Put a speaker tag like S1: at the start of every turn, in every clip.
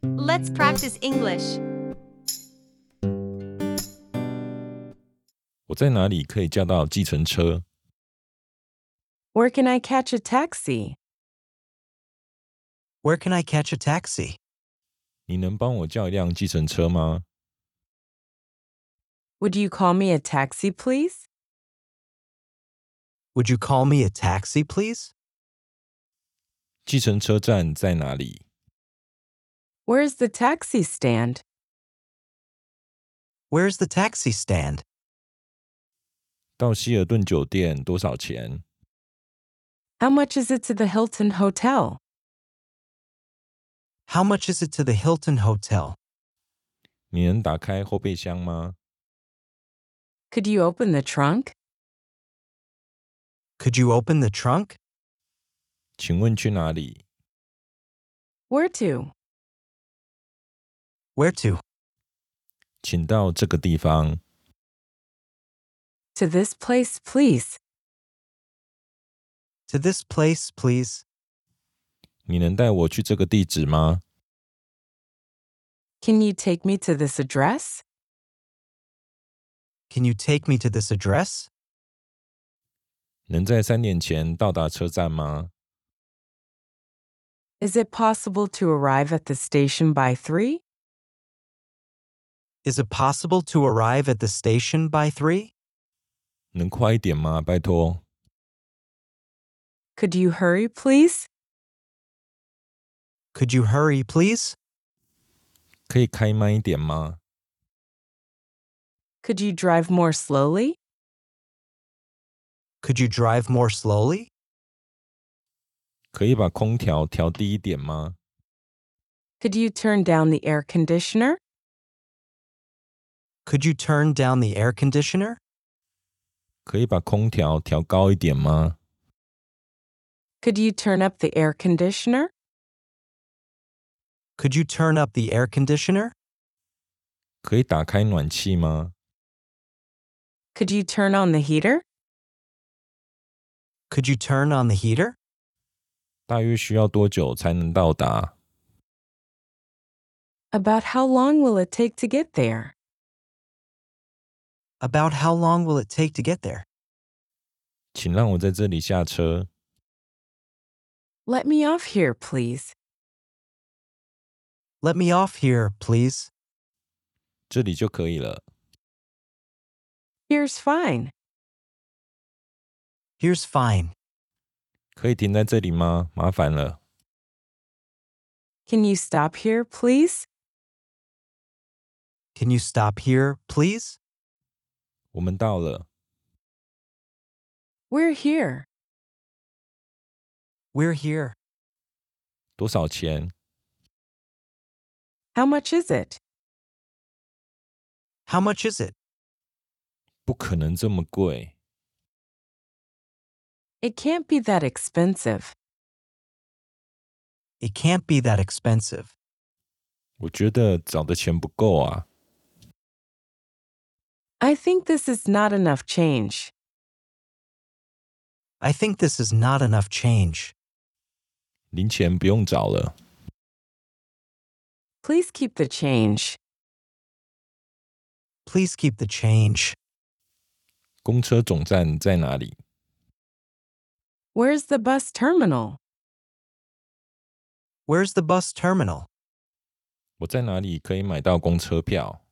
S1: Let's practice English.
S2: 我在哪里可以叫到计程车？
S3: Where can I catch a taxi?
S4: Where can I catch a taxi?
S2: 你能帮我叫一辆计程车吗？
S3: Would you call me a taxi, please?
S4: Would you call me a taxi, please?
S2: 计程车站在哪里？
S3: Where's the taxi stand?
S4: Where's the taxi stand?
S2: 到希尔顿酒店多少钱？
S3: How much is it to the Hilton Hotel?
S4: How much is it to the Hilton Hotel?
S2: 你能打开后备箱吗？
S3: Could you open the trunk?
S4: Could you open the trunk?
S2: 请问去哪里？
S3: Where to?
S4: Where to?
S2: 请到这个地方。
S3: To this place, please.
S4: To this place, please.
S2: 你能带我去这个地址吗？
S3: Can you take me to this address?
S4: Can you take me to this address?
S2: 能在三点前到达车站吗？
S3: Is it possible to arrive at the station by 3?
S4: Is it possible to arrive at the station by 3?
S2: 能快一点吗？拜托。
S3: Could you hurry, please?
S4: Could you hurry, please?
S2: 可以开慢一点吗？
S3: Could you drive more slowly?
S4: Could you drive more slowly?
S2: 可以把空调调低一点吗？
S3: Could you turn down the air conditioner?
S4: Could you turn down the air conditioner?
S2: 可以把空调调高一点吗？
S3: Could you turn up the air conditioner?
S4: Could you turn up the air conditioner?
S2: 可以打开暖气吗？
S3: Could you turn on the heater?
S4: Could you turn on the heater?
S2: 大约需要多久才能到达？
S3: About how long will it take to get there?
S4: About how long will it take to get there?
S2: 请让我在这里下车。
S3: Let me off here, please.
S4: Let me off here, please.
S2: 这里就可以了。
S3: Here's fine.
S4: Here's fine.
S2: 可以停在这里吗？麻烦了。
S3: Can you stop here, please?
S4: Can you stop here, please?
S2: 我们到了。
S3: We're here.
S4: We're here.
S2: 多少钱？
S3: How much is it?
S4: How much is it?
S2: 不可能这么贵。
S3: It can't be that expensive.
S4: It can't be that expensive.
S2: 我觉得找的钱不够啊。
S3: I think this is not enough change.
S4: I think this is not enough change.
S2: 零钱不用找了。
S3: Please keep the change.
S4: Please keep the change.
S2: 公车总站在哪里？
S3: Where's the bus terminal?
S4: Where's the bus terminal?
S2: 我在哪里可以买到公车票？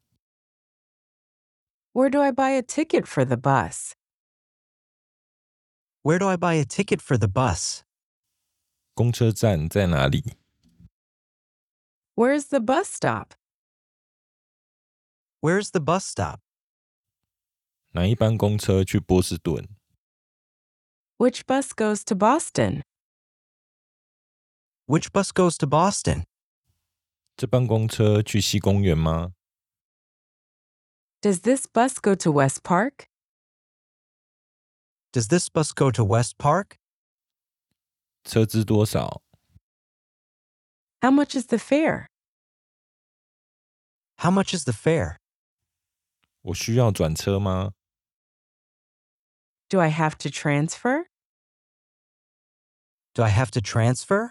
S3: Where do I buy a ticket for the bus?
S4: Where do I buy a ticket for the bus?
S2: 公车站在哪里？
S3: Where's the bus stop?
S4: Where's the bus stop?
S2: 哪一班公车去波士顿？
S3: Which bus goes to Boston?
S4: Which bus goes to Boston?
S2: 这班公车去西公园吗？
S3: Does this bus go to West Park?
S4: Does this bus go to West Park?
S2: 车资多少？
S3: How much is the fare?
S4: How much is the fare?
S2: 我需要转车吗？
S3: Do I have to transfer?
S4: Do I have to transfer?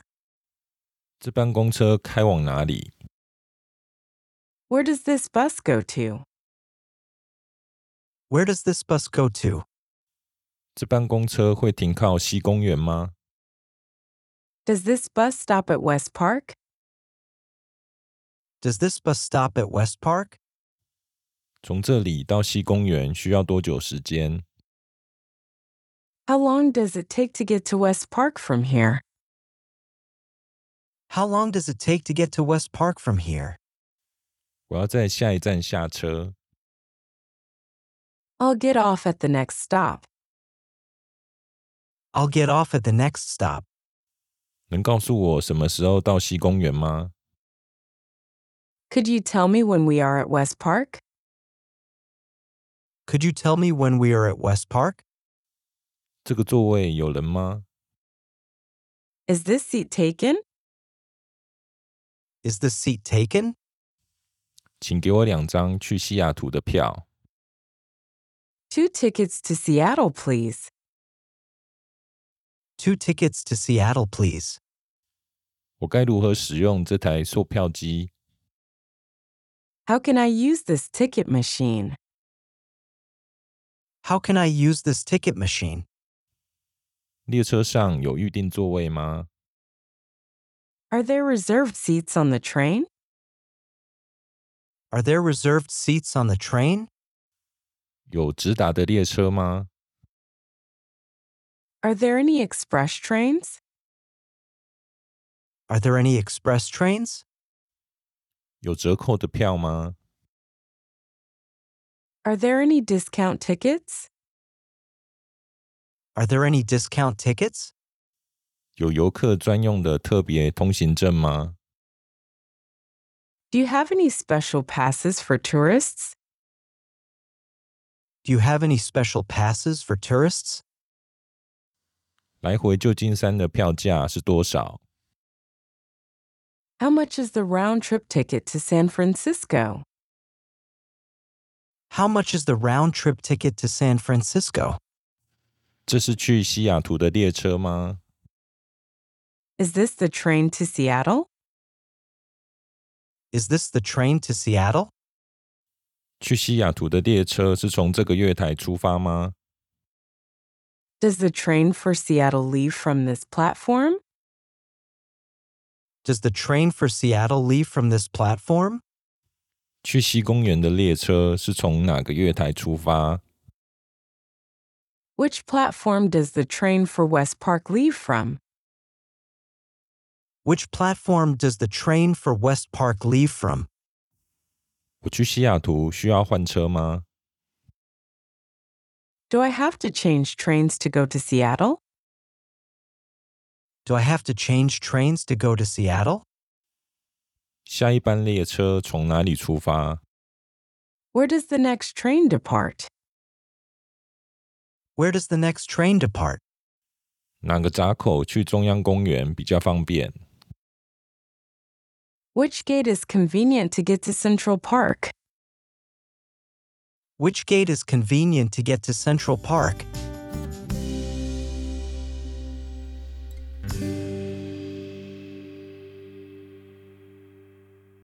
S2: 这班公车开往哪里？
S3: Where does this bus go to?
S4: Where does this bus go to?
S2: 这班公车会停靠西公园吗？
S3: Does this bus stop at West Park?
S4: Does this bus stop at West Park?
S2: 从这里到西公园需要多久时间？
S3: How long does it take to get to West Park from here?
S4: How long does it take to get to West Park from here?
S2: 我要在下一站下车。
S3: I'll get off at the next stop.
S4: I'll get off at the next stop.
S2: 能告诉我什么时候到西公园吗？
S3: Could you tell me when we are at West Park?
S4: Could you tell me when we are at West Park?
S2: 这个座位有人吗？
S3: Is this seat taken?
S4: Is this seat taken?
S2: 请给我两张去西雅图的票。
S3: Two tickets to Seattle, please.
S4: Two tickets to Seattle, please.
S2: 我该如何使用这台售票机？
S3: How can I use this ticket machine?
S4: How can I use this ticket machine?
S2: 列车上有预定座位吗？
S3: Are there reserved seats on the train?
S4: Are there reserved seats on the train?
S2: 有直达的列车吗？
S3: Are there any express trains?
S4: Are there any express trains?
S2: 有折扣的票吗？
S3: Are there any discount tickets?
S4: Are there any discount tickets?
S2: 有游客专用的特别通行证吗？
S3: Do you have any special passes for tourists?
S4: Do you have any special passes for tourists?
S2: 来回旧金山的票价是多少？
S3: How much is the round trip ticket to San Francisco?
S4: How much is the round trip ticket to San Francisco?
S2: 这是去西雅图的列车吗？
S3: Is this the train to Seattle?
S4: Is this the train to Seattle?
S2: 去西雅图的列车是从这个月台出发吗？
S3: Does the train for Seattle leave from this platform?
S4: Does the train for Seattle leave from this platform?
S2: 去西公园的列车是从哪个月台出发？
S3: Which platform does the train for West Park leave from?
S4: Which platform does the train for West Park leave from?
S2: 我去西雅图需要换车吗？
S3: Do I have to change trains to go to Seattle?
S4: Do I have to change trains to go to Seattle?
S2: 下一班列车从哪里出发？
S3: Where does the next train depart?
S4: Where does the next train depart?
S2: 哪个闸口去中央公园比较方便？
S3: Which gate is convenient to get to Central Park?
S4: Which gate is convenient to get to Central Park?